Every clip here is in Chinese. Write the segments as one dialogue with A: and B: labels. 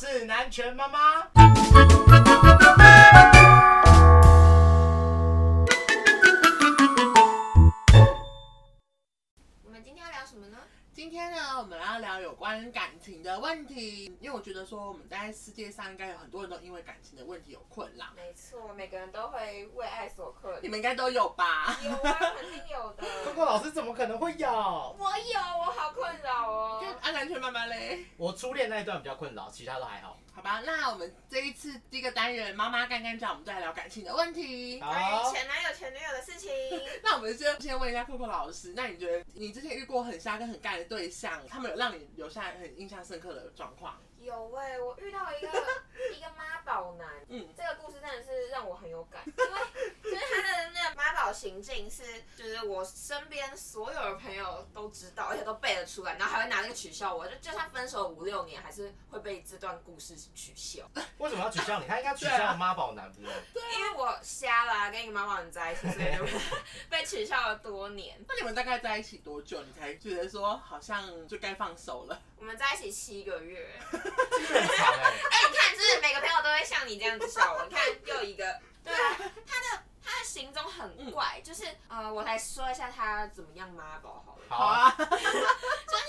A: 是南拳妈妈。
B: 我们今天要聊什么呢？
C: 今天呢，我们要聊有关感情的问题，因为我觉得说我们在世界上应该有很多人都因为感情的问题有困扰，
B: 没错，每个人都会为爱所困
C: 你。们应该都有吧？
B: 有啊，肯定有的。
A: 中国老师怎么可能会有？
B: 我有，我好困扰
C: 就
B: 哦。
C: 安南全妈妈嘞，
A: 我初恋那一段比较困扰，其他都还好。
C: 好吧？那我们这一次第一个单元妈妈干干叫，我们再来聊感情的问题。
A: 好
B: 关于哎前男友、前女友的事情，
C: 那我们就先问一下酷酷老师，那你觉得你之前遇过很瞎跟很干的对象，他们有让你留下很印象深刻的状况？
B: 有喂、我遇到一个 一个妈宝男，
C: 嗯，
B: 这个故事真的是让我很有 感，因为就是他的那个妈宝行径是，就是我身边所有的朋友都知道，而且都背得出来，然后还会拿那个取笑我，就就算分手五六年，还是会被这段故事取笑。
A: 为什么要取笑你？他应该取
C: 对
A: 笑
C: 啊
A: 妈宝男，不是吗？
B: 因为我瞎啦，跟一个妈妈人在一起，所以就被取笑了多年。
C: 那你们大概在一起多久，你才觉得说好像就该放手了？
B: 我们在一起七个月，
A: 这个很长哎、
B: 哎、你看，就是每个朋友都会像你这样子笑我。你看，又一个，对啊，他的他的行踪很怪，就是呃，我来说一下他怎么样妈宝好了。
A: 好
C: 好
A: 啊，
C: 啊，
B: 就是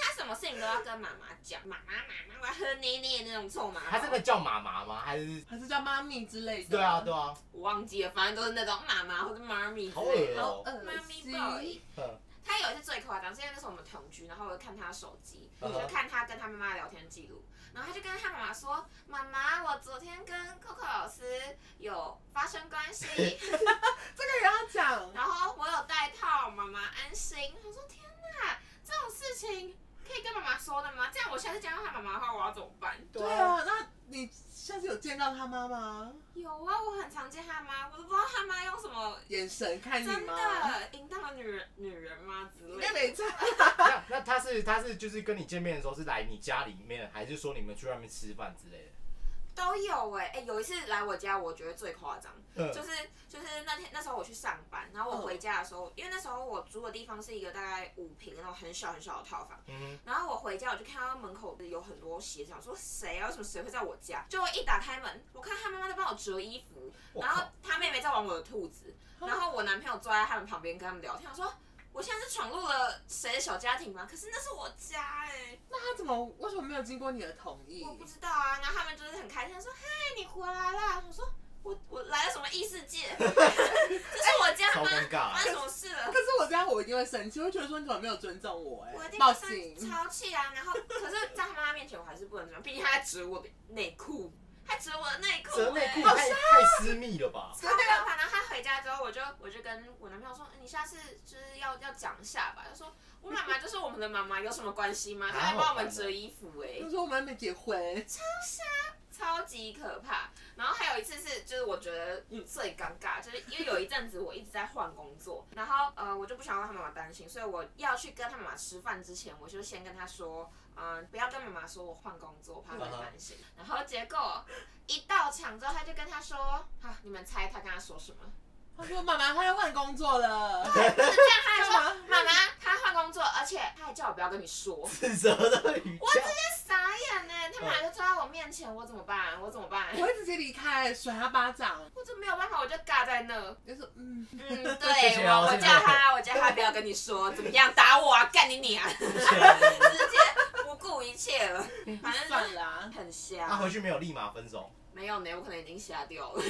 B: 他什么事情都要跟妈妈讲，妈妈妈妈，我要喝奶奶那种臭妈
A: 他
B: 宝。
A: 真的叫妈妈吗？还是？
C: 还是叫妈咪之类的？
A: 对啊，对啊，
B: 我忘记了，反正都是那种妈妈或者妈咪之
A: 好
B: 类
A: 恶
B: 的。
A: 哦、
C: 恶
B: 妈咪 boy，
A: 嗯
B: 他有一次最夸张，是因为那时候我们同居，然后我就看他手机，
A: 嗯
B: 就
A: 哼
B: 看他跟他妈妈的聊天记录，然后他就跟他妈妈说：“妈妈，我昨天跟 Coco 老师有发生关系，
C: 这个也要讲。
B: 然后我有戴套，妈妈安心。”我说：“天哪，这种事情可以跟妈妈说的吗？这样我下次见到他妈妈的话，我要怎么办
C: 对啊，那你下次有见到他妈吗？？”
B: 有啊，我很常见他妈，我都不知道他妈用什么，
C: 眼神看你
B: 真
C: 吗？
B: 的淫荡的女人女人吗之类
C: 那
B: 的。
C: 没差。
A: 那那他是他是就是跟你见面的时候是来你家里面，还是说你们去外面吃饭之类的？
B: 都有哎、哎、有一次来我家，我觉得最夸张，
A: 嗯
B: 就是就是那天那时候我去上班，然后我回家的时候，因为那时候我租的地方是一个大概五平那种很小很小的套房，
A: 嗯，
B: 然后我回家我就看到门口有很多鞋，想说谁啊，为什么谁会在我家？就我一打开门，我看他妈妈在帮我折衣服，
A: 我
B: 然后
A: 靠，啊
B: 他妹妹在玩我的兔子，然后我男朋友坐在他们旁边跟他们聊天，我说。我现在是闯入了谁的小家庭吗？可是那是我家哎、
C: 那他怎么为什么没有经过你的同意
B: 我？不知道啊。然后他们就是很开心，说：“嗨，你回来啦！”我说：“我我来了什么异世界？ 这是我家
A: 超
B: 吗？
A: 尴尬
B: 发生什么事了
C: 可？”是我这样我一定会生气，我会觉得说你怎么没有尊重我、
B: 我一
C: 哎，
B: 定
C: 报
B: 会
C: 警。
B: 超气啊！然后，可是，在他妈妈面前，我还是不能这样，毕竟他在指我的内裤，他指我的内裤、欸，
A: 折内裤
C: 好
A: 太太私密了吧？
B: 超可怕。然后他回家之后，我就我就跟我男朋友说：“你下次就是要要讲一下吧。”他说：“我妈妈就是我们的妈妈，有什么关系吗？她在帮我们折衣服哎、
C: 就说我们还没结 婚，
B: 超级可怕。然后还有一次是，就是我觉得最尴尬，就是因为有一阵子我一直在换工作，然后呃，我就不想让他妈妈担心，所以我要去跟他妈妈吃饭之前，我就先跟他说，嗯、不要跟妈妈说我换工作，我怕她会担心。然后结果一到场之后，他就跟他说，好、你们猜他跟他说什么？
C: 他说妈妈他要换工作 了，
B: 就是这样，他还说，
C: 干嘛？
B: 妈妈他换工作，而且他还叫我不要跟你说。
A: 指责的语调，
B: 傻眼呢、他们俩就坐在我面前，我怎么办？我怎么办？
C: 我会直接离开，甩他巴掌，
B: 我就没有办法，我就尬在那。
C: 就是嗯，
B: 嗯，
A: 谢
B: 对，
A: 谢啊
B: 我我
A: 谢谢
B: 叫他，我叫他不要跟你 说怎么样打我啊，干你娘，直接不顾一切了，反正
C: 算
B: 就
C: 啦、
B: 很
A: 他
B: 瞎
A: 回。去没有立马分手，
B: 没有呢，我可能已经瞎掉了。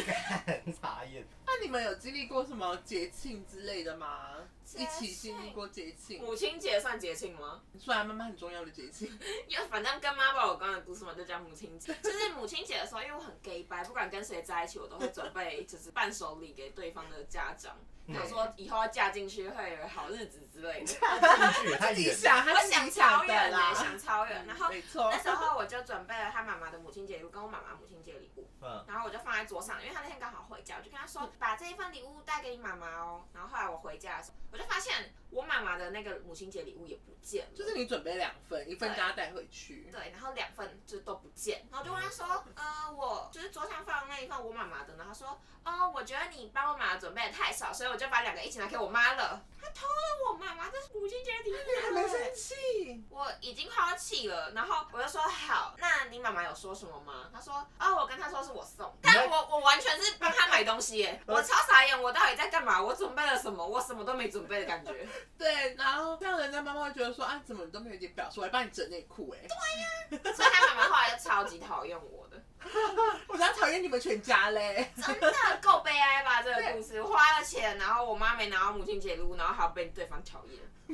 A: 很傻眼。
C: 那你们有经历过什么节庆之类的吗？一起经历过节庆，
B: 母亲节算节庆吗？
C: 虽然妈妈很重要的节庆，
B: 因为反正跟妈妈有关的故事嘛，就叫母亲节。就是母亲节的时候，因为我很 gay 白，不管跟谁在一起，我都会准备就是伴手礼给对方的家长，
A: 嗯
B: 想说以后要嫁进去会有好日子之 类的。
A: 进去也太
C: 自己
A: 远，
C: 想，
B: 我
C: 他自己
B: 想超
C: 的
B: 远呢，
C: 啦。
B: 想超远，然后
C: 没错
B: 那，时候我就准备了他妈妈的母亲节礼物跟我妈妈母亲节礼物，
A: 嗯，
B: 然后我就放在桌上，因为他那天刚好回家，我就跟
C: 嗯
B: 他说把这一份礼物带给你妈妈哦。然后后来我回家的时候，我就发现我妈妈的那个母亲节礼物也不见了，
C: 就是你准备两份，一份大家带回去。
B: 对，然后两份就是都不见，然后就问他说，
C: 嗯
B: 呃，我就是桌上放的那一份我妈妈的，然后他说，哦，我觉得你帮我妈妈准备的太少，所以我就把两个一起拿给我妈了。他偷了我妈妈的母亲节礼 物，
C: 你还没生气？
B: 我已经快要气了，然后我就说好，那你妈妈有说什么吗？他说哦，我跟他说是我送，但我我完全是帮他买东西 耶，我超傻眼，我到底在干嘛？我准备了什么？我什么都没准备的感 觉。
C: 对，然后这样人家妈妈会觉得说啊，怎么你都没有一点表示，我还帮你整内裤哎，
B: 所以他妈妈后来就超级讨厌我的，
C: 我才讨厌你们全家嘞。
B: 真的够悲哀吧？这个故 事花了钱，然后我妈没拿到母亲节礼物，然后还要被对方讨厌，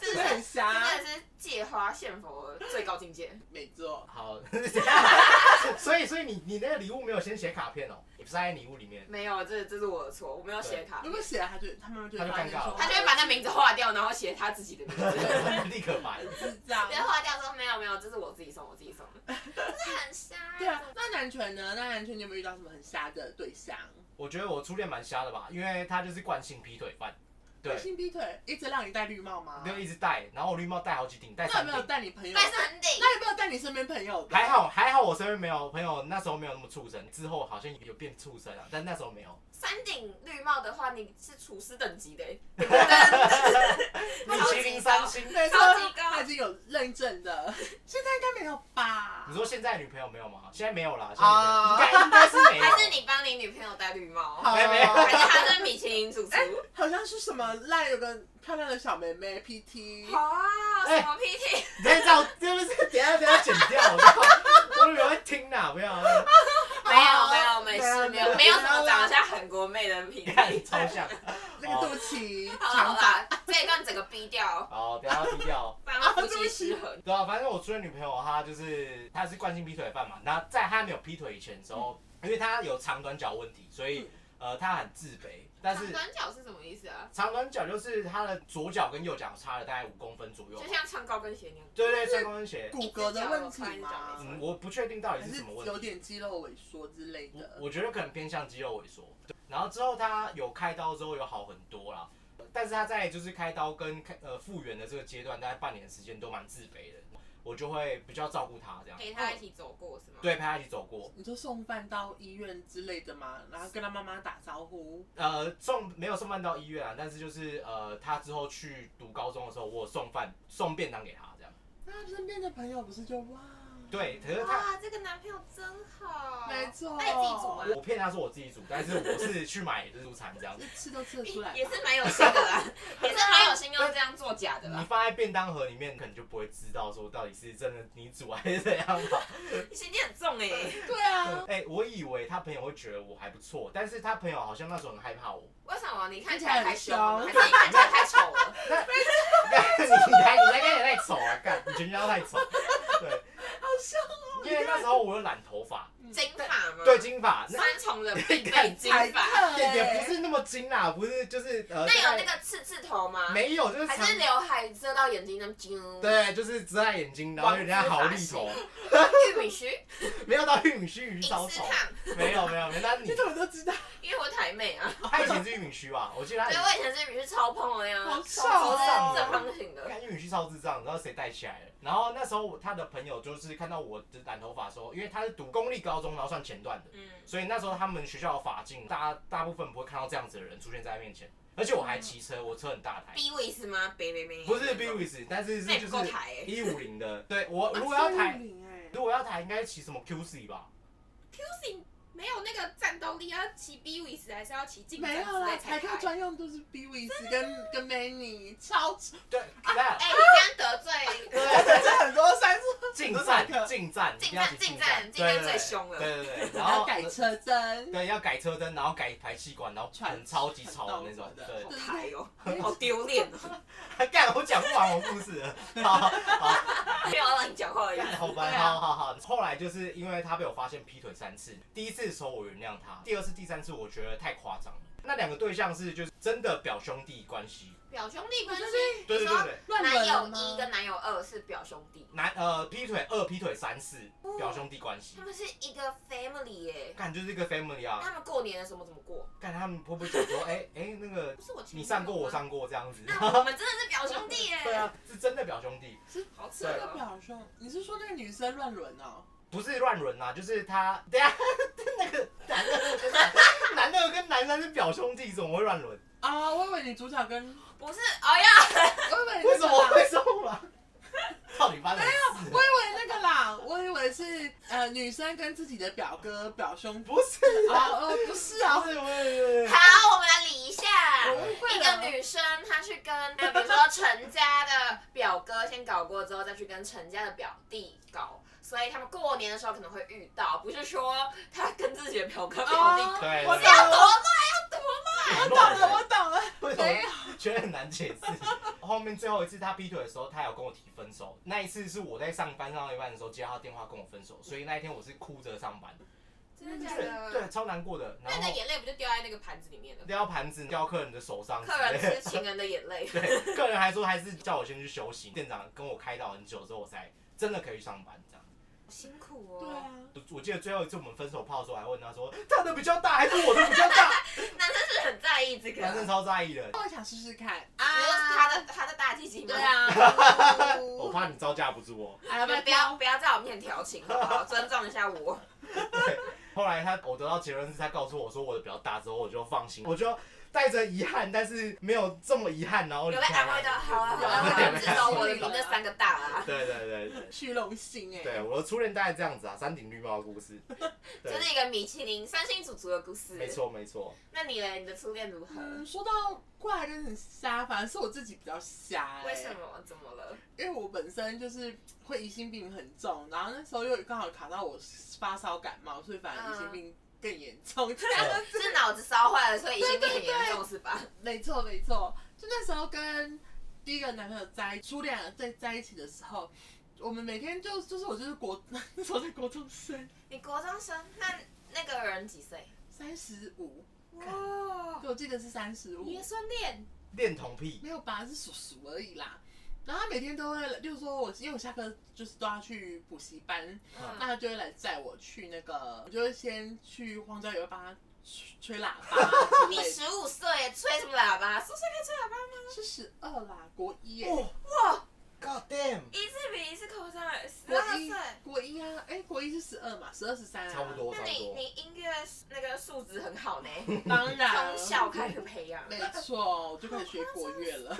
B: 真
C: 真
B: 的
C: 的
B: 是
C: 很瞎
B: 真的是借花献佛的最高境界。
C: 没错，
A: 好， 所以所以你你那个礼物没有先写卡片哦，你不是在礼物里面，
B: 没有，这这是我的错，我没有写卡
C: 如，果写了他就他妈妈就会
A: 他就
C: 发现
A: 尴尬
C: 说
A: 了
B: 他就会把那名字划掉，然后写他自己的名字。
A: 立刻买。
C: 是这样
B: 别。划掉说没有没有，这是我自己送，我自己送的，真的很瞎。
C: 对啊，那男权呢？那男权你有没有遇到什么很瞎的对象？
A: 我觉得我初恋蛮瞎的吧，因为他就是惯性劈腿犯，对，
C: 性劈腿，一直让你戴绿帽吗？
A: 就一直戴，然后我绿帽戴好几顶，戴
C: 那有
A: 三
C: 没有
A: 顶。
C: 带你朋友？
B: 但是很顶，
C: 那有没有带你身边朋友的？
A: 还好还好，我身边没有朋友，那时候没有那么畜生，之后好像有变畜生啊，但那时候没有。
B: 三顶绿帽的话，你是厨师等级的欸，超
A: 米其林三星，
C: 没错
B: 超级，高
C: 他已经有认证的，现在应该没有吧？
A: 你说现在女朋友没有吗？现在没有啦，现
C: 啊
A: 在没有应该应该是没有。
B: 还是你帮你女朋友戴绿帽？
C: 好哎
A: 没没有
B: 还是她是米其林主厨？
C: 好像是什么赖有个漂亮的小妹妹 PT，
B: 好啊，
A: 哎
B: 什么 PT？
A: 你在照，真的是等一下等一下剪掉，我靠，我女朋友会听的，不要啊，
B: 没有没
C: 啊
B: 有没事没
C: 没有
B: 有没有什么长得像韩国妹的
A: 你
B: PT。
A: 看超像。
C: 那个肚脐
B: 哦好
C: 长
B: 啦
C: 发，，
B: 这一段整个逼掉，
A: 好，等一下低调。
B: 不然夫妻失 衡。
A: 对啊，反正我初恋女朋友她就是她是惯性劈腿犯嘛，那在她没有劈腿以前的时候，因为她有长短脚问题，所以呃她很自卑，但
B: 长
A: 啊是
B: 短脚是什么意思啊？
A: 长短脚就是她的左脚跟右脚差了大概五公分左右
B: 就，像穿高跟鞋那样。
A: 对对，穿高跟鞋。
C: 骨骼的问题
B: 一只脚有穿一只脚
C: 吗
B: 没？
A: 嗯，我不确定到底
C: 还
A: 是
C: 是
A: 什么问题
C: 有，点肌肉萎缩之类的？
A: 我我觉得可能偏向肌肉萎缩。对然后之后他有开刀之后有好很多啦，但是他在就是开刀跟开呃复原的这个阶段，大概半年的时间都蛮自卑的，我就会比较照顾他这样，
B: 陪他一起走过是吗？
A: 对，陪他一起走过。
C: 你就送饭到医院之类的吗？然后跟他妈妈打招呼，
A: 呃，送没有送饭到医院啊，但是就是呃，他之后去读高中的时候，我有送饭送便当给他这样。
C: 那身边的朋友不是就哇？
A: 对，可是他
B: 哇，这个男朋友真好，
C: 没错
B: 那你自己煮吗？
A: 我骗他说我自己煮，但是我是去买自助餐这样子。
C: 这吃都吃得出来吧，
B: 也是蛮有心的啦，也是蛮有心要这样做假的
A: 你
B: 啦。
A: 放在便当盒里面，可能就不会知道说到底是真的你煮还是怎样吧。
B: 你心机很重哎、
C: 对啊，
A: 哎、我以为他朋友会觉得我还不错，但是他朋友好像那时候很害 怕我。
B: 为什么你看起来太凶了？还
C: 看
B: 是你看起来太丑了？
A: 你才你才看起来太丑了，啊干，你全家都太丑。对，
C: 好笑哦，
A: 因为那时候我有染头发，
B: 金发吗？
A: 对，金发，那
B: 三重人必备金
C: 彩
B: 发。
C: 特
A: 也也
C: 欸
A: 不是那么金啦，不是就是呃，
B: 那有
A: 大
B: 那
A: 概
B: 个刺刺头吗？，
A: 没有，就是
B: 还
A: 长
B: 是刘海遮到眼睛那么揪？，
A: 对，就是遮在眼睛，然后有点像毫粒头，
B: 玉米须、
A: 没有到玉米须鱼
B: 隐
A: 烧
B: 私
A: 头，
B: 烫，
A: 没有没有没有，那 你
C: 你怎么都知道？
B: 因为我台妹啊，
A: 他以前是玉米须吧？我记得他以
B: 对，
A: 前
B: 我以前是玉米须超蓬的呀，
C: 好
B: 超
C: 丑哦
B: 正方形的。
A: 看玉米须超智障，你知道谁带起来了？然后那时候他的朋友就是看到我的染头发的时候，因为他是读公立高中，然后算前段的，
B: 嗯，
A: 所以那时候他们学校的法镜，大大部分不会看到这样子的人出现在他面前。而且我还骑车，我车很大台，
B: B w i s 吗？北北北，
A: 不是 B w i s 但是是
B: 嗯那也
A: 就
B: 不够
A: 是
B: 台欸。
A: 一五零的。对我如果
C: 啊
A: 要抬，
C: 森林欸
A: 如果要抬应该骑什么 QC 吧？
B: Q 没有那个战斗力，要骑 B w i s 还是要骑近
C: 没有啦，台客专用都是 B w i s 跟跟 Many，超
A: 对，那
B: 哎，你这样得罪，
A: 对
C: 这很多山是
A: 近
C: 台客
A: 战近战一定要骑
B: 近
A: 近
B: 战
A: 战
B: 近战
A: 对对对
B: 最凶了
A: 对 对对，然
C: 然后
A: 后
C: 改车针，
A: 对，要改车灯，然后改排气管，然后
C: 传
A: 很超级吵的
C: 传
A: 那种
C: 道。的
A: 对，
B: 台哦，好丢脸哦，
A: 干，我讲不完我故事了。好，好，
B: 没有要让你讲话而已。
A: 干好吧，
C: 对啊
A: 好好好。后来就是因为他被我发现劈腿三次，第一次的时候我原谅他，第二次、第三次我觉得太夸张了。那两个对象是就是真的表兄弟关系，
B: 表兄弟关系，
A: 对
B: 你
A: 对对
B: 说
A: 对，
C: 乱
B: 男
C: 伦了
B: 友
C: 吗
B: 一跟男友二是表兄弟，
A: 男呃劈腿二、劈腿三次
B: 哦
A: 表兄弟关系
B: 他，们是一个 family 耶。
A: 干就是一个 family
B: 那
A: 啊，
B: 他们过年的时候怎么过？
A: 干他们会不会讲说，哎哎那个
B: 不是我，
A: 你上过我。上过这样子，
B: 那我们真的是表兄弟耶。
A: 对，啊，是真的表兄弟。
B: 好扯
C: 这个
A: 啊
B: 哦。
C: 表兄，你是说那个女生乱伦哦？
A: 不是乱伦啦，就是他， 等一下那个男的 跟男男的跟男生是表兄弟，怎么会乱伦？
C: 啊，我以为你主角跟，
B: 不是，哎呀，
C: 我以为你
A: 为什么？为什么？ 到底发生什么
C: 我以
A: 事？
C: 为那个啦，我以为是呃女生跟自己的表哥表兄
A: 不是
C: 啊，
A: 啊，
C: 哦不是
A: 不
C: 啊，
A: 是，我
B: 好，我们来理一下。
C: 我误会
B: 一个
C: 了。
B: 女生，她去跟呃比如说陈家的表哥先搞过之后，再去跟陈家的表弟搞，所以他们过年的时候可能会遇到，不是说她跟自己的表哥表弟搞。
A: 对
C: 我懂
A: 对对
B: 要多
C: 了，
A: 很
C: 我懂
A: 乱
C: 了，
A: 欸
C: 我懂了。
A: 为什
C: 没
A: 么觉得很难解释？后面最后一次他劈腿的时候，他有跟我提分手。那一次是我在上班上到一半的时候接到他电话跟我分手，所以那一天我是哭着上班，
B: 真的假
A: 对，
B: 的？
A: 对超难过的。然
B: 那你的
A: 后
B: 眼泪不就掉在那个盘子里面了？
A: 掉盘子掉客人的手上之
B: 客
A: 类
B: 人
A: 的，
B: 是情人的眼泪。
A: 对，客人还说还是叫我先去休息。店长跟我开导很久之后，我才真的可以去上班这样。
B: 辛苦
C: 对
B: 哦，
C: 啊，
A: 我记得最后一次我们分手炮的时候，还问他说他的比较大还是我的比较大，
B: 男生是很在意这个。
A: 男生超在意的。
C: 我想试试看
B: 啊，他的他的大鸡鸡吗？
C: 对，啊，
A: 我怕你招架不住我。
C: 哎，要不要
B: 不要不要在我面前调情，好不好？尊重一下我。
A: 后来他我得到结论是他告诉我说我的比较大之后，我就放心，我就带着遗憾，但是没有这么遗憾，然后
B: 有被安慰到，好啊好啊，
A: 对
B: 我至少我
C: 的
B: 赢那三个大啊。
A: 对对对对
C: 虚荣心哎，
A: 对，我的初恋大概这样子啊，山顶绿帽的故事，对
B: 就，是一个米其林三星主厨的故事。
A: 没。错没错，
B: 那你嘞？你的初恋如何？
C: 嗯，说到怪还真的很瞎，反正是我自己比较瞎、欸。
B: 为什？么？怎么了？
C: 因为我本身就是会疑心病很重，然后那时候又刚好卡到我发烧感冒，所以反而疑心病更严重。这样、
A: 嗯
B: 是脑子烧坏了，所以疑心病很严重是吧？
C: 没错没错，就那时候跟第一个男朋友在初恋在在一起的时候，我们每天就就是我就是国 那时候在国中生
B: 你国中生，那那个人几岁？
C: 三十五，
B: 哇，
C: 对我记得是三十五
B: 你，的算恋
A: 恋童癖，
C: 没有吧，是叔叔而已啦。然后他每天都会，就是说我因为我下课就是都要去补习班，那
B: 嗯，
C: 他就会来载我去那个，我就会先去荒郊野外帮他吹吹喇叭啊 之
B: 你
C: 类的。
B: 十五岁，吹什么喇叭？十五岁可以吹喇叭吗？
C: 是十二啦，国一耶、
B: 哦
A: 哇
B: 哇
A: ，God damn，
B: 一次比一次夸张哎，十
C: 国
B: 二
C: 一
B: 岁。
C: 国一啊，哎、国一是十二嘛，十二十三啊，
A: 差不。多
B: 那
A: 差不
B: 你
A: 多，
B: 你音乐那个素质很好呢，
C: 当然，
B: 从小开始培养。
C: 没错，我就可以学国乐了。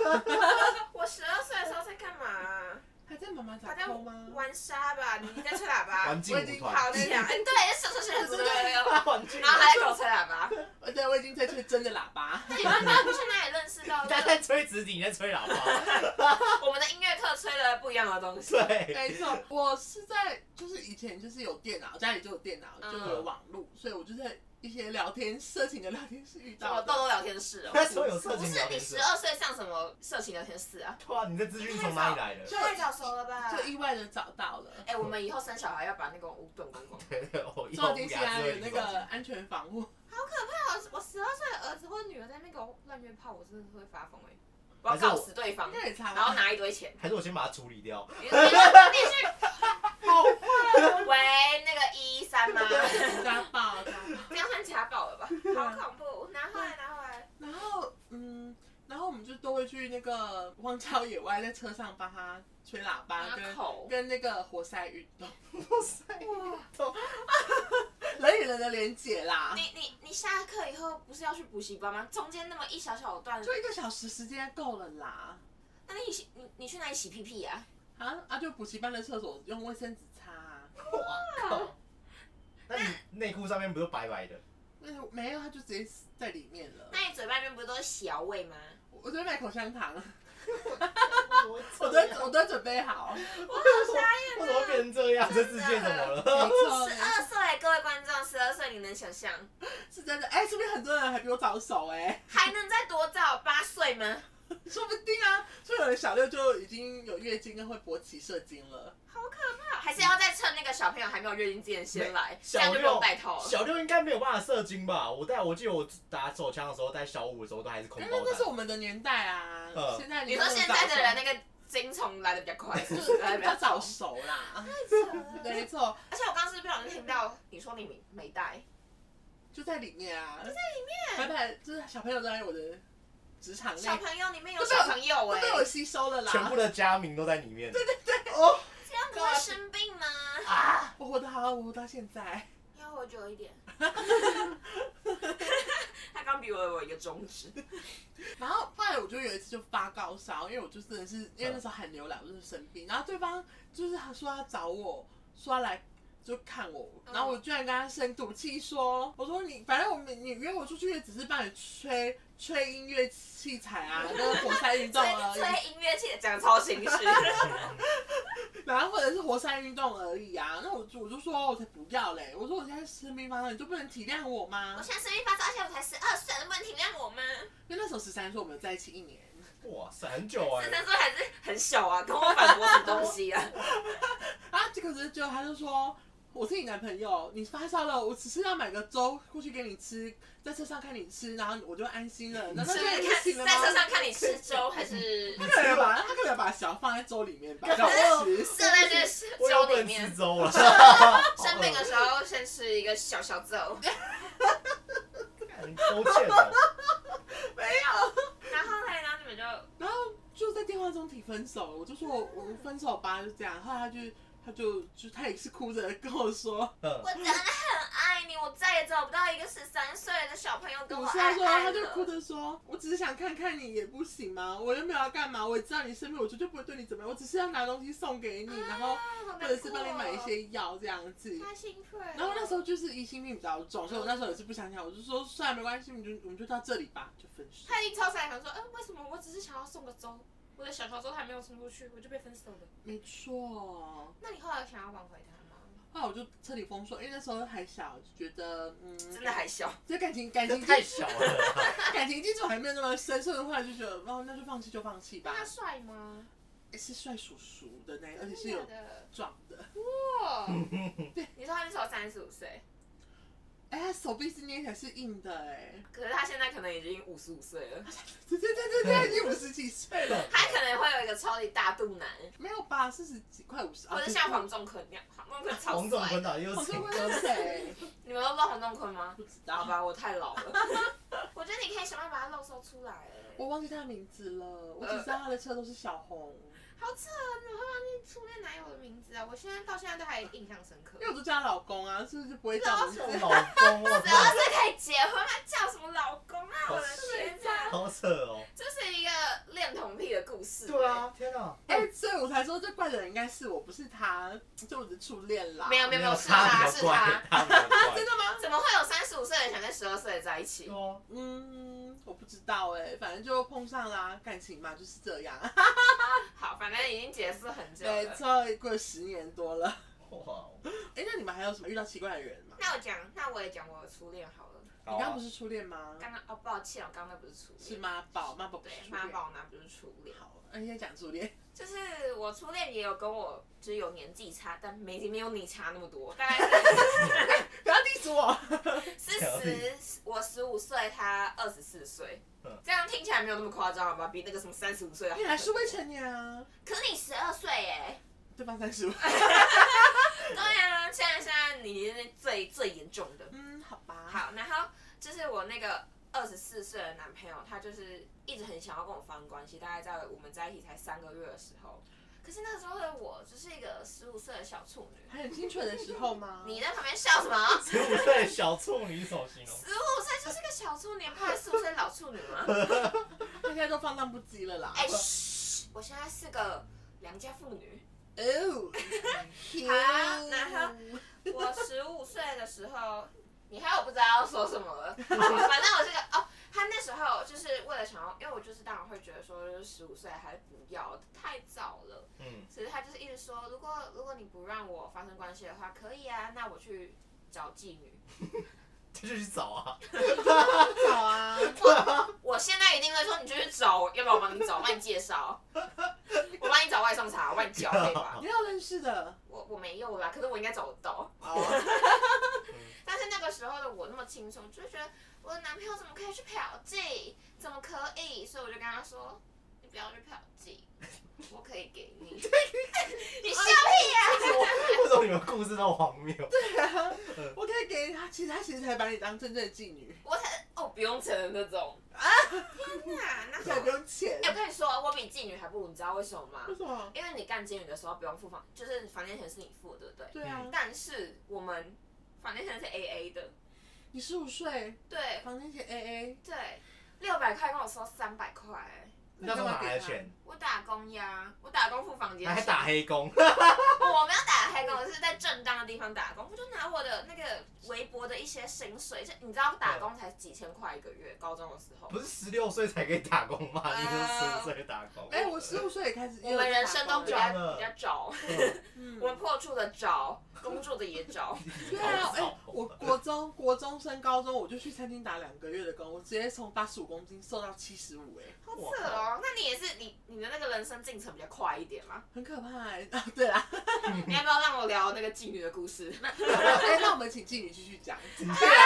B: 我十二岁的时候在干嘛啊？
C: 还在妈妈
B: 他
C: 掌
B: 在
C: 控吗？
B: 玩沙吧？你在吹喇叭
A: 玩？劲舞
B: 好
A: 团，
B: 强！哎，对，是是是是，对对对。
A: 玩劲舞
B: 然后
A: 团，
B: 还在给我吹喇叭。
C: 呃对，我已经在吹真的喇叭。
B: 那你们当初去哪里认识到
A: 他
B: 的？
A: 在吹纸笛，你在吹喇叭，
B: 我们的音乐课吹了不一样的东西。
A: 对，
C: 没错，我是在就是以前就是有电脑，家里就有电脑，就有网络，所以我就在一些聊天色情的聊天室遇
B: 什
C: 到
B: 么豆
C: 的。
B: 豆聊天室哦？
A: 那时候有色
B: 不
A: 情
B: 是
A: 聊
B: 你
A: 天室
B: 十，二岁上什么色情聊天室啊？
A: 哇，你的资讯从哪里来的？
C: 就
B: 太早熟了吧？
C: 就意外的找到了。
B: 哎，我们以后生小孩要把那个五本光光。
A: 对对，我以
C: 做
A: 后
C: 丁西
A: 牙
C: 安
A: 齿
C: 有
A: 会
C: 那
A: 那
C: 个
A: 个，
C: 安全防护，
B: 那我我十二岁的儿子或女儿在那边给我乱约炮，我真的是会发疯哎！我
A: 还
B: 要
A: 是我
B: 告死对方
C: 应，该也差
B: 然后
C: 不多。
B: 拿一堆钱。
A: 还是我先把它处理 掉，
B: 你你去，
A: 好
B: 喂，那个一一三吗？
C: 家暴，家暴。
B: 这样算家暴了吧？
C: 啊
B: 好恐怖！拿回来，拿回来。
C: 然后嗯，然后我们就都会去那个荒郊野外，在车上帮他吹喇
A: 啊
C: 叭，
B: 拿
C: 跟
B: 口。
C: 跟那个活塞运动，
A: 哇塞，
C: 人与人的连接啦
B: 你。你你下课以后不是要去补习班吗？中间那么一小小段，
C: 就一个小时时间够了啦。
B: 那你洗你你去哪里洗屁屁呀？
C: 啊啊！就补习班的厕所用卫生纸擦、啊，
A: 哇靠！那你内裤上面不是白白的？
C: 那没有，他就直接在里面了。
B: 那你嘴巴里面不是都是小味吗？
C: 我昨天买口香糖，
A: 我
C: 我都我都准备好。没
B: 我好傻眼
A: 为什么会变成这样？这世界怎么了？
C: 错，
B: 十二岁，各位观众，十二岁你能想象
C: 是真的。哎、说不定很多人还比我早熟哎、
B: 还能再多照八岁吗？
C: 说不定啊，就有人小六就已经有月经跟会勃起射精了。
B: 好可怕！还是要再趁那个小朋友还没有月经之前先来，这样
A: 小
B: 就不用
A: 六
B: 戴套了。
A: 小六应该没有办法射精吧？我带我记得我打手枪的时候，带小五的时候都还是空
C: 因为
A: 包
C: 那是
A: 弹。
C: 我们的年代啊，
A: 啊嗯
C: 现在
B: 你说现在的人
C: 那
B: 那个精虫来的比 较快，是不
C: 就是
B: 是
C: 哎比
B: 来的
C: 较早
B: 早。
C: 熟 啦，
B: 而
C: 没错，
B: 且我刚刚是不是不小心听到你说你没没带，
C: 就在里面啊，就在里面。白白就是小朋友都在我的职场内
B: 小，朋友里面有小朋友
C: 都
B: 哎、
C: 被我吸收了
A: 全部哦
C: 啦。
A: 的家名都在里面。对对
B: 这样不会生病吗？
A: 啊！
C: 我活得好好，我活到现在。
B: 要我久一点。他刚刚比我有一个中指，
C: 然后后来我就有一次就发高烧，因为我就真的是因为那时候很流感，我就是生病。然后对方就是他说他找我，说他来就看我，
B: 嗯
C: 然后我居然跟他生赌气说，我说你反正我们你约我出去也只是帮你吹吹音乐器材 啊，那个活塞运动
B: 吹
C: 而已，
B: 吹音乐器讲得 超情绪，
C: 然后或者是活塞运动而已啊。那我就我就说我才不要嘞，我说我现在生病发烧，你就不能体谅我吗
B: 我？现在生命发烧，而且我才十二岁，能不能体谅我吗？
C: 因为那时候十三岁，我们在一起一年。
A: 哇塞，很久哎、
B: 十三岁还是很小啊，跟我反驳什么东西 啊？
C: 啊，这个是就他就说我是你男朋友，你发烧了，我只是要买个粥过去给你吃，在车上看你吃，然后我就安心了。难道
B: 嗯是
C: 现在
B: 不
C: 你
B: 是
C: 醒了
B: 看
C: 吗
B: 在？车上看你吃粥还 是
C: 他可能把他可能把小放在粥里面吧，
A: 可是
C: 让我吃。
B: 射在这个
A: 我要
B: 粥
A: 不
B: 里
A: 能吃
B: 面？
A: 粥了。
B: 生病的时候先吃一个小小粥，
A: 干都欠了，
B: 然后嘞，然后你们就
C: 然后就在电话中提分手了，我就说我我们分手吧，就这样。后来他就他就就他也是哭着跟我说，
A: 嗯
B: 我，真的很爱你，我再也找不到一个十三岁的小朋友跟
C: 我
B: 我
C: 是
B: 爱
C: 他说啊
B: 爱
C: 他就哭
B: 了。
C: 着说，我只是想看看你也不行吗？我又没有要干嘛，我也知道你生病，我绝对不会对你怎么样，我只是要拿东西送给
B: 嗯
C: 你，然
B: 啊
C: 后。或者是
B: 哦
C: 帮你买一些药这样子。
B: 开心退。
C: 然后那时候就是疑心病比较重，所以我那时候也是不想想，我就说算了，没关系，我们就我们就到这里吧，就分手。
B: 他已经超闪，想说，嗯、为什么我只是想要送个粥，我的小小粥还没有送出去，我就被分手了？
C: 没错，
B: 那你后来想要挽回他吗？
C: 后来我就彻底封锁，因为那时候还小，就觉得嗯，
B: 真的还小，
C: 这感情感
A: 这
C: 情
A: 太小 了。
C: 感情基础还没有那么深，所以的话就觉得，哦，那就放弃就放弃吧
B: 那。他帅吗？
C: 诶是帅叔叔的那，而且是
B: 真的
C: 有
B: 假的。
C: 壮的。
B: 哇，你说他那时候三十五岁，
C: 哎，他手臂是捏起来是硬的，哎，
B: 可是他现在可能已经五十五岁了，
C: 对对对对对，已经五十几岁了，
B: 他可能会有一个超级大肚腩，
C: 没有吧？四十几，快五十。啊
B: 或者像黄仲坤那样，啊 黄仲坤超
A: 黄总
B: 帅哦
A: 坤。导又
C: 黄
A: 是
C: 宗坤是谁？
B: 你们都不知道黄仲坤吗？
C: 不知
B: 好
C: 道。
B: 吧，我太老了。 我觉得你可以想办法把他露手出来。
C: 我忘记他的名字了，我只知道他的车都是小红，
B: 好扯啊！你们会忘记初恋男友的名字啊？我现在到现在都还印象深刻
C: 因。为我都叫他老公啊，是不是就不会叫名字？
A: 老公，我
B: 十二
A: 操，
B: 岁可以结婚，还叫什么老公啊？
A: 好
B: 我的天哪，
A: 好扯哦。
B: 这是一个恋童癖的故事。
A: 对啊，天哪，
C: 哎、所以我才说这怪的人应该是我，不是他，就我的初恋啦。
B: 没有没有没有，是
A: 他
B: 他
A: 比
B: 是
A: 较怪
B: 他，，
A: 他比较怪。
C: 真的吗？
B: 怎么会有三十五岁的人想跟十二岁的在一起
A: 对？啊，
C: 嗯，我不知道哎、反正就碰上啦，感情嘛就是这样。
B: 好，反正已经结束很久
C: 没
B: 了。
C: 错，过了十年多了。
A: 哇，
C: 哎、那你们还有什么遇到奇怪的人吗？
B: 那我讲，那我也讲我的初恋好了。
C: 你
A: 好
C: 刚刚不
A: 啊，
C: 是初恋吗？
B: 刚刚哦，抱歉，我刚刚那不是初
C: 是
B: 恋，
C: 妈宝，妈宝不是
B: 对，
C: 初
B: 妈
C: 恋。
B: 宝男不是初恋。
C: 好，那你先哎讲初恋。
B: 就是我初恋也有跟我，就是有年纪差，但没没有你差那么多，大 概
C: 不要 diss 我。
B: 是是十，我十五岁，他二十四岁
A: 嗯，
B: 这样听起来没有那么夸张，好吧？比那个什么三十五岁的好
C: 你还是未成年啊？
B: 可是你十二岁耶，
C: 对方三十五。
B: 对啊，现在现在你是最最严重的。
C: 嗯，好吧。。
B: 好，然后就是我那个二十四岁的男朋友，他就是一直很想要跟我发生关系，大概在我们在一起才三个月的时候。可是那时候的我只是一个十五岁的小处女，
C: 还很清纯的时候吗？
B: 你在旁边笑什么？
A: 十五岁的小处女手哦形容，
B: 十五岁哦就是个小处女，怕是不是老处女吗？
C: 现在都放荡不羁了啦。
B: 哎、嘘，我现在是个良家妇女。
C: 哦，
B: 好啊然后我十五岁的时候，你还有不知道要说什么了。反正我这个哦，他那时候就是为了想要，因为我就是当然会觉得说，就是十五岁还是不要太早了。
A: 嗯，
B: 所以他就是一直说，如果如果你不让我发生关系的话，可以啊，那我去找妓女。
A: 这就去找啊，
C: 好啊，
B: 我现在一定会说，你就去找，要不然我帮你找，我帮你介绍，我帮你找外送茶，我帮你叫，可以吧？
C: 你要认识的。
B: 我我没有啦，可是我应该找得到。
C: 好啊，
B: 但是那个时候的我那么轻松，就觉得我的男朋友怎么可以去嫖妓，怎么可以？所以我就跟他说，你不要去嫖妓，我可以给你。 你笑屁呀、
A: 为什么你们故事都荒谬？
C: 我可以给他，其实他其实才把你当真正的妓女，
B: 我才哦，不用钱的那种啊！天哪，那
C: 而且还不用钱
B: 哎、。我跟你说，我比妓女还不如，你知道为什么吗
C: 为？什么？
B: 因为你干妓女的时候不用付房，嗯就是房间钱是你付的，对不
C: 对
B: 对？
C: 啊，
B: 但是我们房间钱是 A A 的，
C: 你十五岁，
B: 对
C: 房间钱 A A，
B: 对，六百块跟我收三百块、
A: 那时候哪来的钱？
B: 我打工呀，我打工付房间
A: 还
B: 钱。
A: 打黑工？
B: 我没有打黑工，我是在正当的地方打工，我就拿我的那个微薄的一些薪水，就你知道打工才几千块一个月，高中的时候，
A: 不是十六岁才可以打工吗？
B: 呃
A: 你就是十五岁打工。
C: 哎、我十五岁也开始，
B: 我们人生都比
A: 假
B: 较
A: 的
B: 比较早，
C: 嗯
B: 我们破处的早，工作的也 早，
A: 哦
C: 对啊，
B: 哦
C: 哎、我国
B: 呃
C: 中国中升高中，我就去餐厅打两个月的工，我直接从八十五公斤瘦到七十五，哎，
B: 好扯哦。那你也是你你的那个人生进程比较快一点嘛？
C: 很可怕、哎啊，对啦，
B: 你要不要让我聊那个妓女的故事？
C: 哎、那我们请静宇继续讲，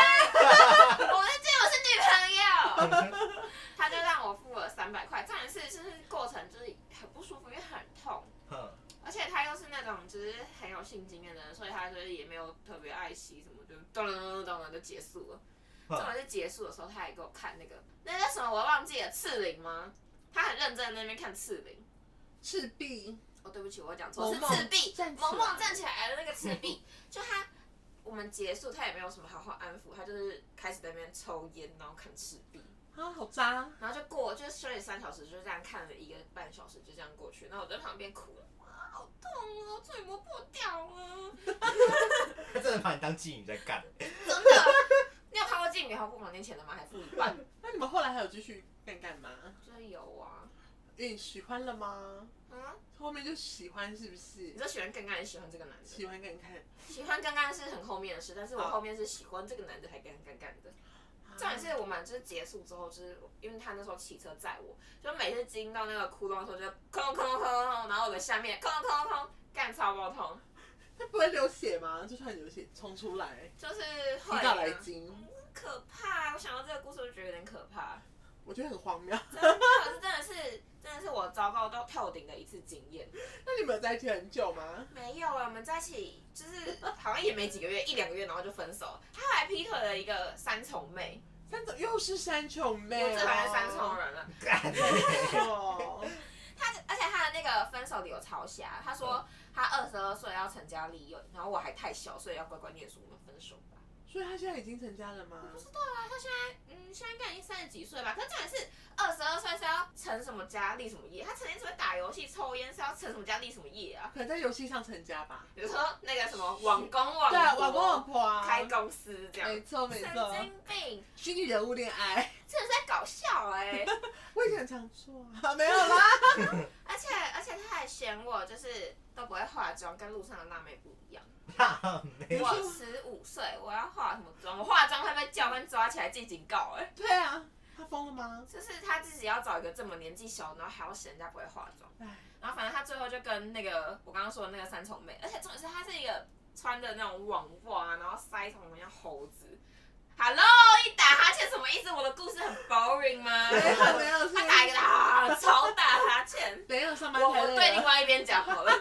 B: 我们这我是女朋友，他就让我付了三百块，重点是就是过程就是很不舒服，因为很痛。
A: 哼
B: 而且他又是那种就是很有性经验的人，所以他就是也没有特别爱惜什么，就咚咚咚咚咚咚就结束了。
A: 嗯
B: 这种就结束的时候，他还给我看那个那叫什么，我忘记了，刺铃吗？他很认真的那边看刺铃。
C: 赤壁，
B: 哦，对不起，我讲错，是
C: 萌萌
B: 赤壁
C: 站，起来
B: 萌萌站起来的那个赤壁，就他。我们结束，他也没有什么好好安抚，他就是开始在那边抽烟，然后看赤壁，
C: 啊，好渣，
B: 然后就过，就是休息三小时，就这样看了一个半小时，就这样过去。然后我在旁边哭了，哇，好痛哦，终于磨破掉了，
A: 他真的把你当妓女在干。
B: 真的。你有看过妓女还付房间钱的吗？还付一 半，
C: 那你们后来还有继续干干嘛？
B: 真有啊。
C: 哎、喜欢了吗？
B: 嗯，
C: 后面就喜欢是不是
B: 你？就喜欢刚刚，也喜欢这个男的。
C: 喜哦欢看看，
B: 喜欢刚刚是很后面的事，但是我后面是喜欢这个男的，还跟刚刚
C: 哦
B: 的。重
C: 啊
B: 点是我们就是结束之后，就是因为他那时候骑车载我，就每次经到那个窟窿的时候，就空空空空空，然后我的下面空空空空，干超爆痛，
C: 那不会流血吗？就算流血冲出来，
B: 就是
C: 提
B: 会啊
C: 早来经，
B: 可怕！我想到这个故事，我就觉得有点可怕。
C: 我觉得很荒谬。
B: 可是真的是，真的是我糟糕到透顶的一次经验。
C: 那你们有在一起很久吗？
B: 没有啊，我们在一起就是好像也没几个月，一两个月，然后就分手了。他后来劈腿了一个三重妹，
C: 三重又是三重妹、
B: 我
C: 哦，
B: 这还是三重人啊了。
A: 干
C: 哦，
B: 他而且他的那个分手理由超瞎，他说他二十二岁要成家立业，然后我还太小，所以要乖乖念书，我们分手吧。
C: 所以他现在已经成家了吗？
B: 嗯，现在应该已经三十几岁吧，可是重点是二十二岁是要成什么家立什么业？他成天只会打游戏、抽烟，是要成什么家立什么业啊？
C: 可能在游戏上成家吧。
B: 比如说那个什么网公网
C: 对，啊
B: 婆
C: 老公老婆啊，
B: 开公司这样，
C: 没错没
B: 神
C: 错，
B: 经病，
C: 虚拟人物恋爱，
B: 真的是在搞笑哎、
C: 我以前很常做啊，没有啦。
B: 而且而且他还嫌我就是都不会化妆，跟路上的辣妹不一样。
A: 辣妹，
B: 我十五岁，我要化什么妆？我化妆会被教官抓起来记警告哎、
C: 对啊，他疯了吗？
B: 就是他自己要找一个这么年纪小，然后还要嫌人家不会化妆。
C: 唉，
B: 然后反正他最后就跟那个我刚刚说的那个三重妹，而且重点是她是一个穿的那种网袜啊，然后腮红很像猴子。Hello，一打哈欠什么意思？我的故事很 boring 吗？
C: 没有没有，是
B: 他打一个啊，超打哈欠。
C: 没有上班
B: 我
C: 太
B: 我对
C: 累
B: 另
C: 了。
B: 外一边讲好了。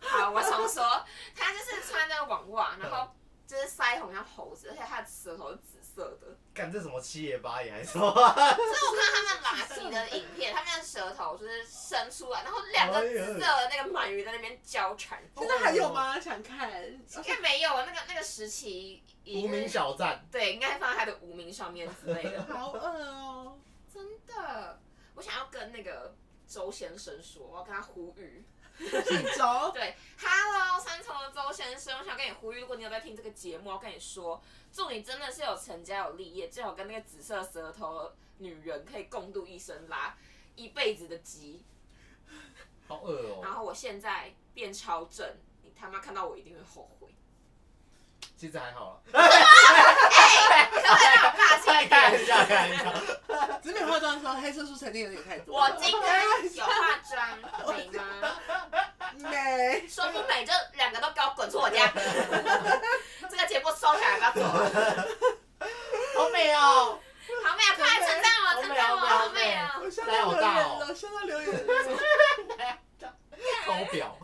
B: 好，我重说，他就是穿那个网袜，然后就是腮红像猴子，而且他的舌头是紫色的。
A: 干这什么七爷八爷还说 啊？
B: 所以我看他们拉皮的影片，他们的舌头就是伸出来，然后两个紫色的那个鳗鱼在那边交缠。
C: 现在还有吗？想看？
B: 应该没有啊，那个那个时期已
A: 无
B: 经
A: 名小站，
B: 对，应该放在他的无名上面之类的。
C: 好饿哦。
B: 真的，我想要跟那个周先生说，我要跟他呼吁。
C: 姓周，
B: 对，Hello，三重的周先生，我想跟你呼吁，如果你有在听这个节目，我跟你说，祝你真的是有成家有立业，最好跟那个紫色舌头女人可以共度一生啦，一辈子的集。
A: 好恶
B: 然
A: 哦。
B: 后我现在变超正，你他妈看到我一定会后 悔。
A: 其实还好了，
B: 可不可以让我霸气一
A: 开
B: 点？
A: 玩笑，开玩 笑。
C: 只美化妆的时候黑色素沉淀有点太多。
B: 我今 天有化妆，美吗？
C: 美，
B: 说不美就两个都给我滚出我 家！这个节目收起来，不要走了。
A: 好美 哦，
B: 好美啊，快来称赞我，称赞我，好美啊！
C: 我笑到流眼了，笑到流眼了。
A: 高表。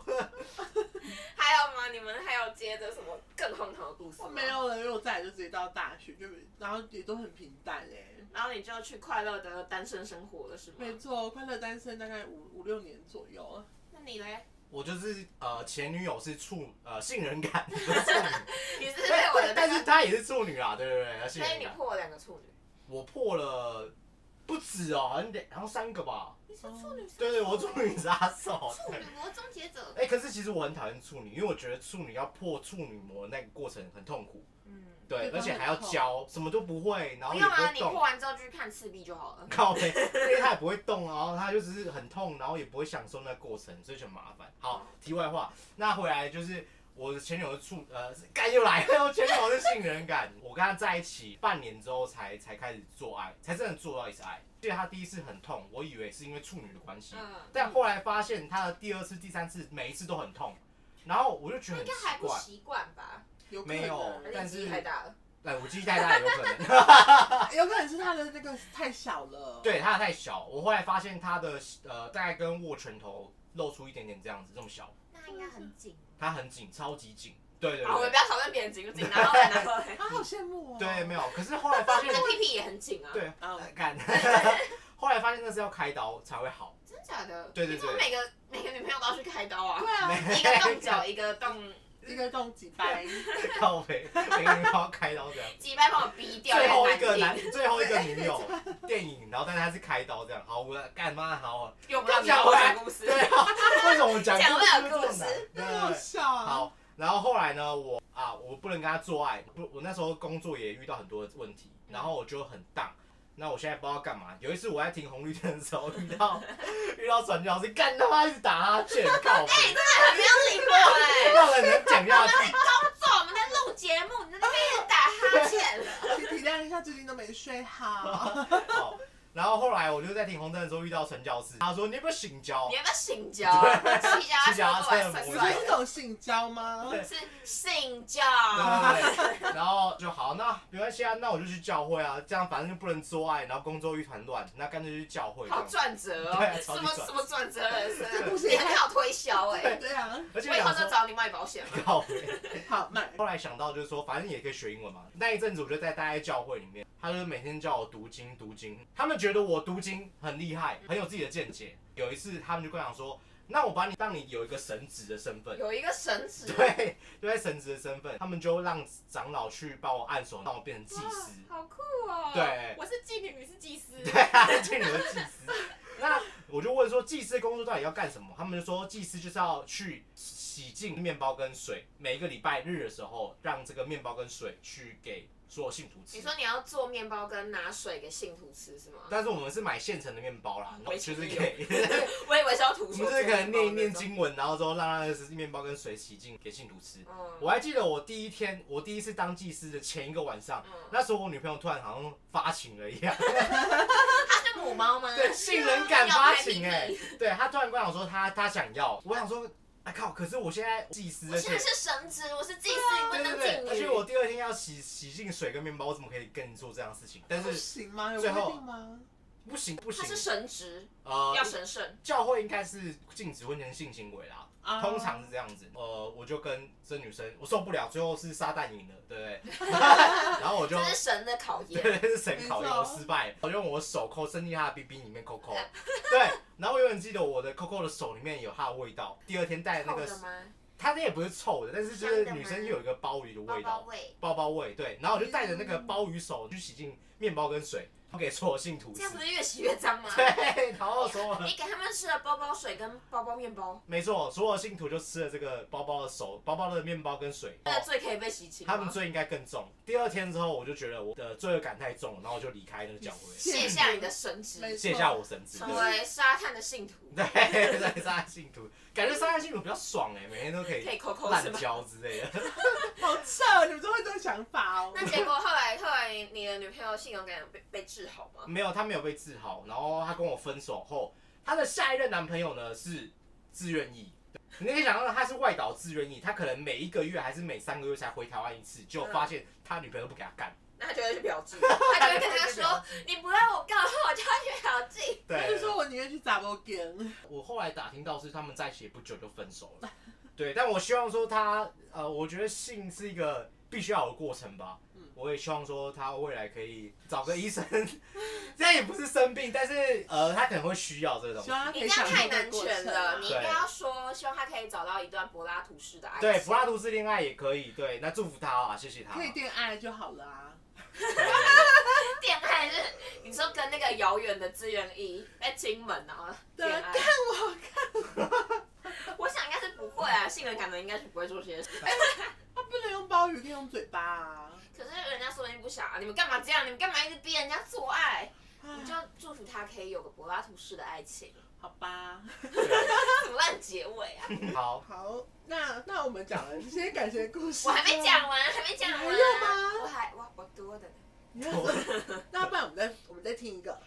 B: 还有吗？你们还有接着什么更荒唐的故事
C: 我
B: 吗？
C: 没。有了，因为我再来就直接到大学，就然后也都很平淡哎、
B: 然后你就去快乐的单身生活了，是吗？
C: 没错，快乐单身大概五五六年左右。
B: 那你嘞？
A: 我就是呃前女友是处呃性人感，不是处女
B: 你 是被
A: 但
B: 我的
A: 但
B: 那
A: 但是
B: 个，
A: 她也是处女啦，对对对，她性
B: 所以
A: 人
B: 你
A: 感，
B: 破了两个处女，
A: 我破了不止哦，好像两好像三个吧，
B: 你是处女，
A: 哦对对，我处 女杀手，
B: 处女膜终结者，
A: 哎、可是其实我很讨厌处女，因为我觉得处女要破处女膜那个过程很痛苦，
B: 嗯，
A: 对，
C: 对
A: 而且还要
C: 很痛
A: 教，什么都不会，然后
B: 不
A: 也
B: 用
A: 不
B: 啊，
A: 会
B: 你破
A: 动，
B: 完之后就去看赤壁就好了。
A: 靠背，因为他也不会动，啊然后他就只是很痛，然后也不会享受那个过程，所以就很麻烦。好，题外话，那回来就是我的前女友的处，呃，干又来了，我前女友是性人感，我跟她在一起半年之后才才开始做爱，才真的做到一次爱。记得她第一次很痛，我以为是因为处女的关系，
B: 嗯，
A: 但后来发现她的第二次、第三次每一次都很痛，然后我就觉得很
B: 应该还
A: 奇
B: 不
A: 怪。
B: 习惯吧？
C: 有可
A: 没有
C: 能，
A: 但
B: 年
A: 是
B: 纪太大了，
A: 哎，我记忆太大有可能。
C: 有可能是他的那个太小了。，
A: 对，它太小。我后来发现它的呃，大概跟握拳头露出一点点这样子，这么小，
B: 那应该很紧。
A: 它很紧，超级紧。对对对。
B: 哦好，我们不要讨论别人紧不紧，然后来，然后 来，
C: 他好羡慕哦。
A: 对，没有。可是后来发现
B: 这，屁屁也很紧啊。
A: 对，
C: 啊，
A: 呃干。 后来发现那是要开刀才会好。
B: 真假的？
A: 对对
B: 你怎么
A: 对
B: 每个每个女朋友都要去开刀 啊？
C: 对啊，
B: 一个动脚，一个动
C: 一个洞几百，
A: 靠背，每个女友要开刀这样。
B: 鸡掰，帮我逼掉。
A: 最后一个
B: 有
A: 男
B: 点难听，
A: 最后一个女 友电影，然后但是他是开刀这样。好，我干妈好。
B: 又不让你跟我讲故事。
A: 对啊，为什么我讲
B: 讲不了
A: 故事
B: 故
A: 这么难
B: 事？
A: 对
C: 太好
A: 对对
C: 笑啊。
A: 好，然后后来呢，我啊，我不能跟他做爱，不，我那时候工作也遇到很多问题，然后我就很荡。那我现在不知道干嘛。有一次我在停红绿灯的时候 遇到遇到传教士，干他妈一直打哈欠，靠背，
B: 很没有礼貌哎！
A: 让人能讲下去。
B: 走，我们在录节目，你在那边一直打哈欠。
C: 请体谅一下，最近都没睡好。
A: 好，然后后来我就在停红灯的时候遇到传教士，他说你有没有性交
B: 你？要不要性交啊？气脚
A: 骑脚踏
B: 要过来
A: 车
B: 算
C: 你
A: 我们
C: 说
B: 算
C: 是这种性交吗？
A: 对
B: 是性交。
A: 对对对，然后就好，那没关系啊，那我就去教会啊，这样反正就不能做爱，然后工作一团乱，那干脆去教会这
B: 好
A: 样。
B: 转折
A: 对
B: 哦
A: 啊，
B: 什
A: 超级
B: 么
A: 转
B: 什么转折人
C: 这故
B: 生，
C: 事
B: 你
C: 也
B: 很好推销哎。
C: 对啊，
A: 而且
B: 我以后
A: 想
B: 就
A: 说
B: 找你卖保险了。
A: 靠背。
C: 好买。
A: 后来想到就是说，反正也可以学英文嘛。那一阵子我就在待在教会里面，他就是每天叫我读经读经。他们觉得我读经很厉害，很有自己的见解。有一次他们就跟我讲说，那我把你让你有一个神职的身 份。
B: 有一个神职，
A: 对，就在神职的身份，他们就让长老去帮我按手，让我变成祭
B: 哇
A: 司。
B: 好酷哦！
A: 对
B: 我是妓女，你是祭司。
A: 对啊，就你的祭司。那我就问说，祭司工作到底要干什么？他们就说，祭司就是要去洗净面包跟水，每一个礼拜日的时候，让这个面包跟水去给所有信徒吃
B: 你。说你要做面包跟拿水给信徒吃是吗？
A: 但是我们是买现成的面包啦，然后
B: 没
A: 就是
B: 吃
A: 给，
B: 我以为是要徒
A: 我们
B: 手做
A: 是
B: 面
A: 可
B: 包
A: 能
B: 那种。
A: 念一念经文，然后之后让那个面包跟水洗净给信徒吃。
B: 嗯。
A: 我还记得我第一天，我第一次当祭司的前一个晚上，
B: 嗯，
A: 那时候我女朋友突然好像发情了一样，
B: 它是啊母猫吗？
A: 对，性能感发情哎、对他突然跟我讲说他他想要，我想说，啊靠！可是我现在祭司，
B: 我
A: 而
B: 现在
A: 且
B: 是神职，我是祭司，你
A: 对啊对
B: 不能
A: 对，
B: 进
A: 而且
B: 女。
A: 我第二天要洗洗净水跟面包，我怎么可以跟你做这样的事情？但
C: 不
A: 是
C: 行吗？有
A: 最
C: 规
A: 后
C: 定吗？
A: 不行不
B: 它是
A: 行，
B: 神职，
A: 呃
B: 要，神圣。
A: 教会应该是禁止婚前性行为啦，
C: 啊
A: 通常是这样子。呃，我就跟这女生我受不了，最后是撒旦赢了，对不对？ 然后我就
B: 这是神的考验。
A: 对， 是神考验我失败，我就用我手抠伸进他的 B B 里面抠抠， 对，然后我永远记得我的抠抠的手里面有它的味道。第二天带那
B: 臭
A: 个
B: 的，吗？
A: 它那也不是臭的，但是就
B: 香
A: 是
B: 的吗
A: 女生又有一个鲍鱼的
B: 包
A: 味
B: 包嗯
A: 道，
B: 味。
A: 包包味，对，然后我就带着那个鲍鱼手去洗净面包跟水，给所有信徒
B: 这
A: 吃
B: 样，不是越洗越 脏吗？
A: 对，然后所有。
B: 你给他们吃了包包水跟包包面包，
A: 没错，所有信徒就吃了这个包包的手、包包的面包跟水，
C: 哦
B: 那个罪可以被洗清吗。
A: 他们罪应该更重。第二天之后，我就觉得我的罪恶感太重了，然后我就离开那个教会，
B: 卸下你的神职，
C: 没错
A: 卸下我神职。
B: 成为沙滩的信徒，
A: 对，在沙滩信徒，感觉沙滩信徒比较爽哎、每天都可
B: 可
A: 以
B: 以抠抠是
A: 滥
B: 吗？
A: 交之类的。
C: 啊好扯，你们都会这种想法哦。
B: 那结果后来后来你的女朋友性勇敢被被治好吗？
A: 没有，她没有被治好，然后她跟我分手后，她的下一任男朋友呢是自愿役。你可以想到他是外岛自愿役，他可能每一个月还是每三个月才回台湾一次，就发现他女朋友不给他干。
B: 那他就会去表 记，他就会跟他说：“你不让我告的话，我就要去表 记。
C: 他就
A: 对，
C: 说我宁愿去杂包店。
A: 我后来打听到是他们在一起也不久就分手了。 对，但我希望说他，呃，我觉得性是一个必须要有的过程吧。
C: 嗯
A: 我也希望说他未来可以找个医生， 这样也不是生病，但是呃，他可能会需要这个东
C: 希
A: 西。
C: 望他可
B: 你
C: 以
B: 这
C: 享受
B: 样太
C: 这
B: 难
C: 个过
B: 全
C: 程
B: 了，
C: 啊
B: 你应该要说，希望他可以找到一段柏拉图式的爱情。
A: 对，柏拉图式恋爱也可以，对，那祝福他啊，谢谢他。
C: 可以恋爱就好了啊。
A: 对
B: 恋爱是你说跟那个遥远的志愿一在金门然后
C: 对
B: 恋
C: 啊，
B: 爱
C: 看，我看
B: 我想应该是不会啊，性冷感的应该是不会做这些事。
C: 他不能用鲍鱼，可以用嘴巴啊。
B: 可是人家说不定不想啊，你们干嘛这样？你们干嘛一直逼人家做爱？
C: 唉
B: 你就祝福他可以有个柏拉图式的爱情。
C: 好吧，
B: 怎么烂结尾啊？
A: 对 好，
C: 好，那那我们讲了这些感情故事，
B: 我还没讲。完，还没讲完。啊
C: 还有吗
B: 我还我我多的呢。
C: 你要说那不然我们再我们再听一个，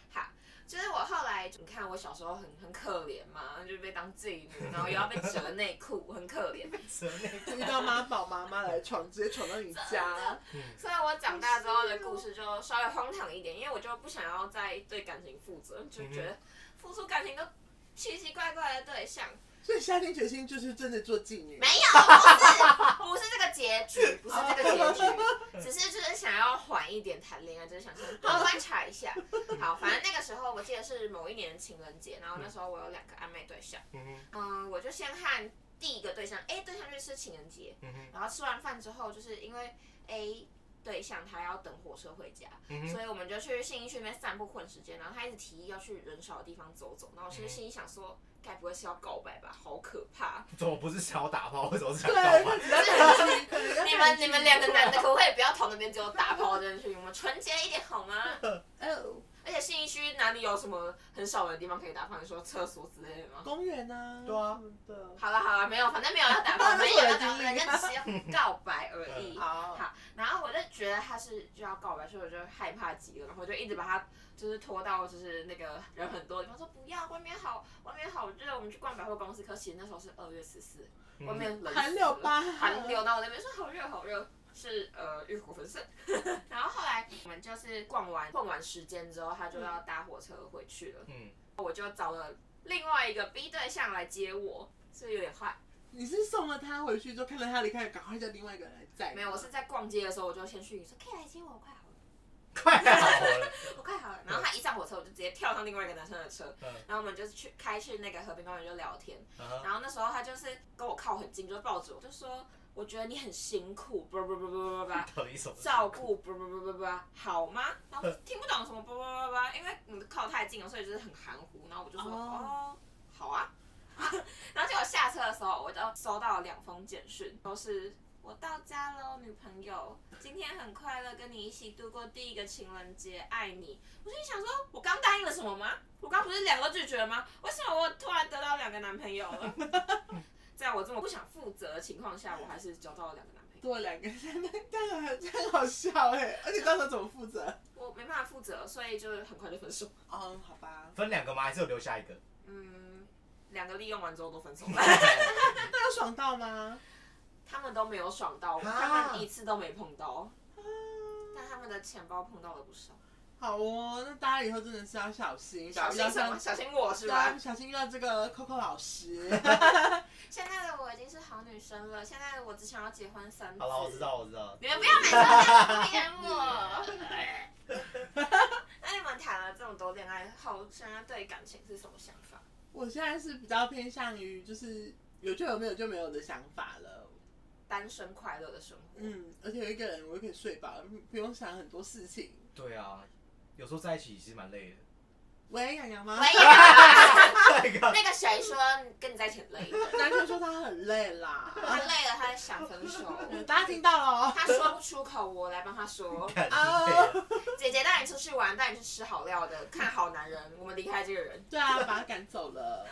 B: 就是我后来，你看我小时候很很可怜嘛，就被当妓女，然后又要被折内裤，很可怜。
A: 蛇内
C: 遇到妈宝妈妈来闯，直接闯到你家。
B: 所以我长大之后的故事就稍微荒唐一点，因为我就不想要再对感情负责，就觉
C: 嗯
B: 得付出感情都奇奇怪怪的对象，
C: 所以下定决心就是真的做妓女
B: 没。有，不是，不是这个结局，不是这个结 局，只是就是想要缓一点谈恋爱，就是想先多观察一下。好，反正那个时候我记得是某一年情人节，然后那时候我有两个暧昧对象，
A: 嗯哼
B: 嗯，我就先和第一个对象，哎，对象就是情人节，
A: 嗯哼
B: 然后吃完饭之后，就是因为 A 对象他要等火车回家，
A: 嗯哼
B: 所以我们就去信义区那边散步混时间。然后他一直提议要去人少的地方走走，然后我其实心里想说，该不会是要告白吧？好可怕！
A: 怎么不是想要打炮，为什么是想
C: 对，
A: 告白？
C: 那只要 感情可能要
B: 你
C: 感
B: 们
C: 情
B: 你们两个男的 可不可以不要讨论别人只有打炮这件事情？我们纯洁一点好 吗？
C: 哦，
B: 而且信义区哪里有什么很少人的地方可以打炮？你说厕所之类的吗？
C: 公园啊，
A: 对啊
C: 什么的。
B: 好了好了，没有，反正没有要打炮，
C: 那
B: 没
C: 是
B: 有
C: 我的
B: 要打炮，
C: 经历
B: 人家只是要告白而 已。
C: 好，
B: 好，然后我就觉得他是就要告白，所以我就害怕极了，然后我就一直把他就是拖到就是那个人很多的地方，说不要，外面好，外面好热，我们去逛百货公司。可其实那时候是二月十四，
A: 嗯
B: 外面冷，
C: 寒流吧，
B: 寒流，然后我那边说好热好热。是呃，欲火焚身。 然后后来我们就是逛完混完时间之后，他就要搭火车回去了。
A: 嗯，
B: 我就找了另外一个 B 对象来接我，是不是有点坏。
C: 你是送了他回去之后，看到他离开，赶快叫另外一个人来载。
B: 没有，我是在逛街的时候，我就先去说可以来接我，快好了。
A: 快好了，
B: 我快好了。然后他一上火车，我就直接跳上另外一个男生的车，
A: 嗯
B: 然后我们就是去开去那个河滨公园就聊天。
A: 嗯哼
B: 然后那时候他就是跟我靠很近，就抱着我，就说我觉得你很辛苦，不不不不不不。
A: 到底什么？
B: 照顾不不不不不好 吗？然后我就听不懂什么不不不不，因为我们靠太近了，所以就是很含糊。然后我 就说
C: 哦
B: 哦，好啊。 然后结果下车的时候，我就收到两封简讯，都是我到家喽，女朋友，今天很快乐，跟你一起度过第一个情人节，爱你。我心里想说，我刚答应了什么吗？我刚不是两个拒绝了吗？为什么我突然得到两个男朋友了？ 在我这么不想负责的情况下，我还是交到了两个男朋友。
C: 做两个人，这样很这样好笑哎、而且到时候怎么负责？
B: 我没办法负责，所以就是很快就分手。
C: 嗯，好吧。
A: 分两个吗？还是有留下一个？
B: 嗯，两个利用完之后都分手 了，
C: 那有爽到吗？
B: 他们都没有爽到我，
A: 啊
B: 他们一次都没碰到，但他们的钱包碰到了不少。
C: 好哦，那大家以后真的是要小心，
B: 小心什么？
C: 像
B: 小心我是
C: 对啊，
B: 吧？
C: 小心遇到这个 Coco 老 师。
B: 现在的我已经是好女生了，现在的我只想要结婚三次。
A: 好了，我知。道，我知道。
B: 你们不要每次都这样敷衍我。那你们谈了这么多恋爱后，现在对感情是什么想法？
C: 我现在是比较偏向于就是有就有，没有就没有的想法了。
B: 单身快乐的生活。
C: 嗯，而且有一个人我就可以睡饱，不用想很多事情。
A: 对啊，有时候在一起其实蛮累的。
C: 喂，洋洋吗
B: 我？也有
A: 下一个，
B: 那个谁说跟你在一起很累，
C: 男生说他很累啦。
B: 他累了，他想分手。嗯
C: 大家听到了哦。
B: 他说不出口，我来帮他说。
A: 看
C: 啊
A: 累了
B: 姐姐带你出去玩，带你去吃好料的，看好男人，我们离开这个人。
C: 对啊，把他赶走了。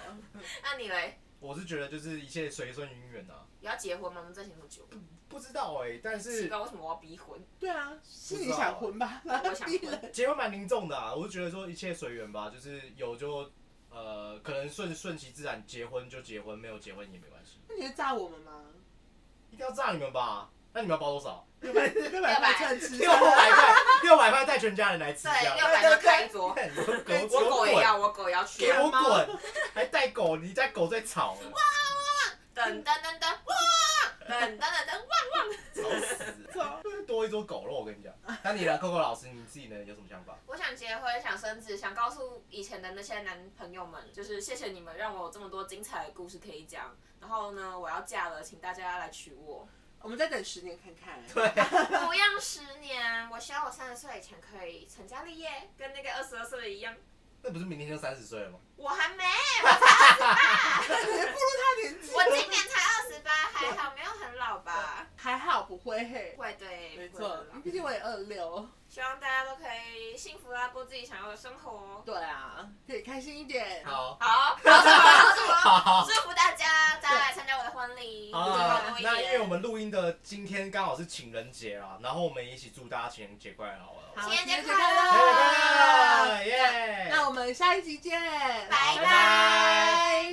B: 那你嘞，
A: 我是觉得就是一切随顺应缘啊。
B: 有要结婚吗？我们在一起那么久，
A: 不知道哎、但
B: 奇
A: 是
B: 怪，为什么我要逼婚？
C: 对啊，是你想混吧？
B: 我想
C: 逼人
B: 婚。
A: 结婚蛮凝重的啊。我是觉得说一切随缘吧，就是有就呃，可能顺顺其自然，结婚就结婚，没有结婚也没关系。
C: 那你会炸我们吗？
A: 一定要炸你们吧？那你们要包多少？
C: 六百六百块趁吃
A: 六百块，六百块带全家人来吃这
B: 对，
A: 样。
B: 六百就 开一桌。
A: 看你们狗
B: 我狗也要，我狗也要去
A: 给
B: 啊。
A: 我滚！还带狗，你家狗在吵了。
B: 噔噔噔噔，哇！等等等等，哇，
A: 吵 死，多一桌狗肉，我跟你 讲。那你呢，Coco 老师，你自己呢有什么想法？
B: 我想结婚，想生子，想告诉以前的那些男朋友们，就是谢谢你们让我有这么多精彩的故事可以讲。然后呢，我要嫁了，请大家来娶我。
C: 我们再等十年看看。
A: 对，
B: 同样十年，我希望我三十岁以前可以成家立业，跟那个二十二岁的一样。
A: 那不是明天就三十岁了吗？
B: 我还 没，
C: 但是步入他年纪了，
B: 我今年才二十八，还好没有很老吧？
C: 还好不会嘿。
B: 会对，
C: 没
B: 不会
C: 错
B: 很老，
C: 毕竟我也二六。
B: 希望大家都可以幸福啊地过自己想要的生活。
C: 对啊，可以开心一点。
A: 好，
B: 好，好什么好什么？
A: 好，
B: 祝福大家，大家来参加我的婚礼，
A: 好
B: 祝
A: 啦
B: 大家多一
A: 那因啊为我
B: 点。
A: 们录音的今天刚好是情人节啦，然后我们也一起祝大家情人节快乐好了。
C: 好
B: 情人节
A: 情
B: 快
A: 人节
B: 乐
A: 快乐，耶！
C: 那我们下一集见，
B: 拜
A: 拜
B: 拜。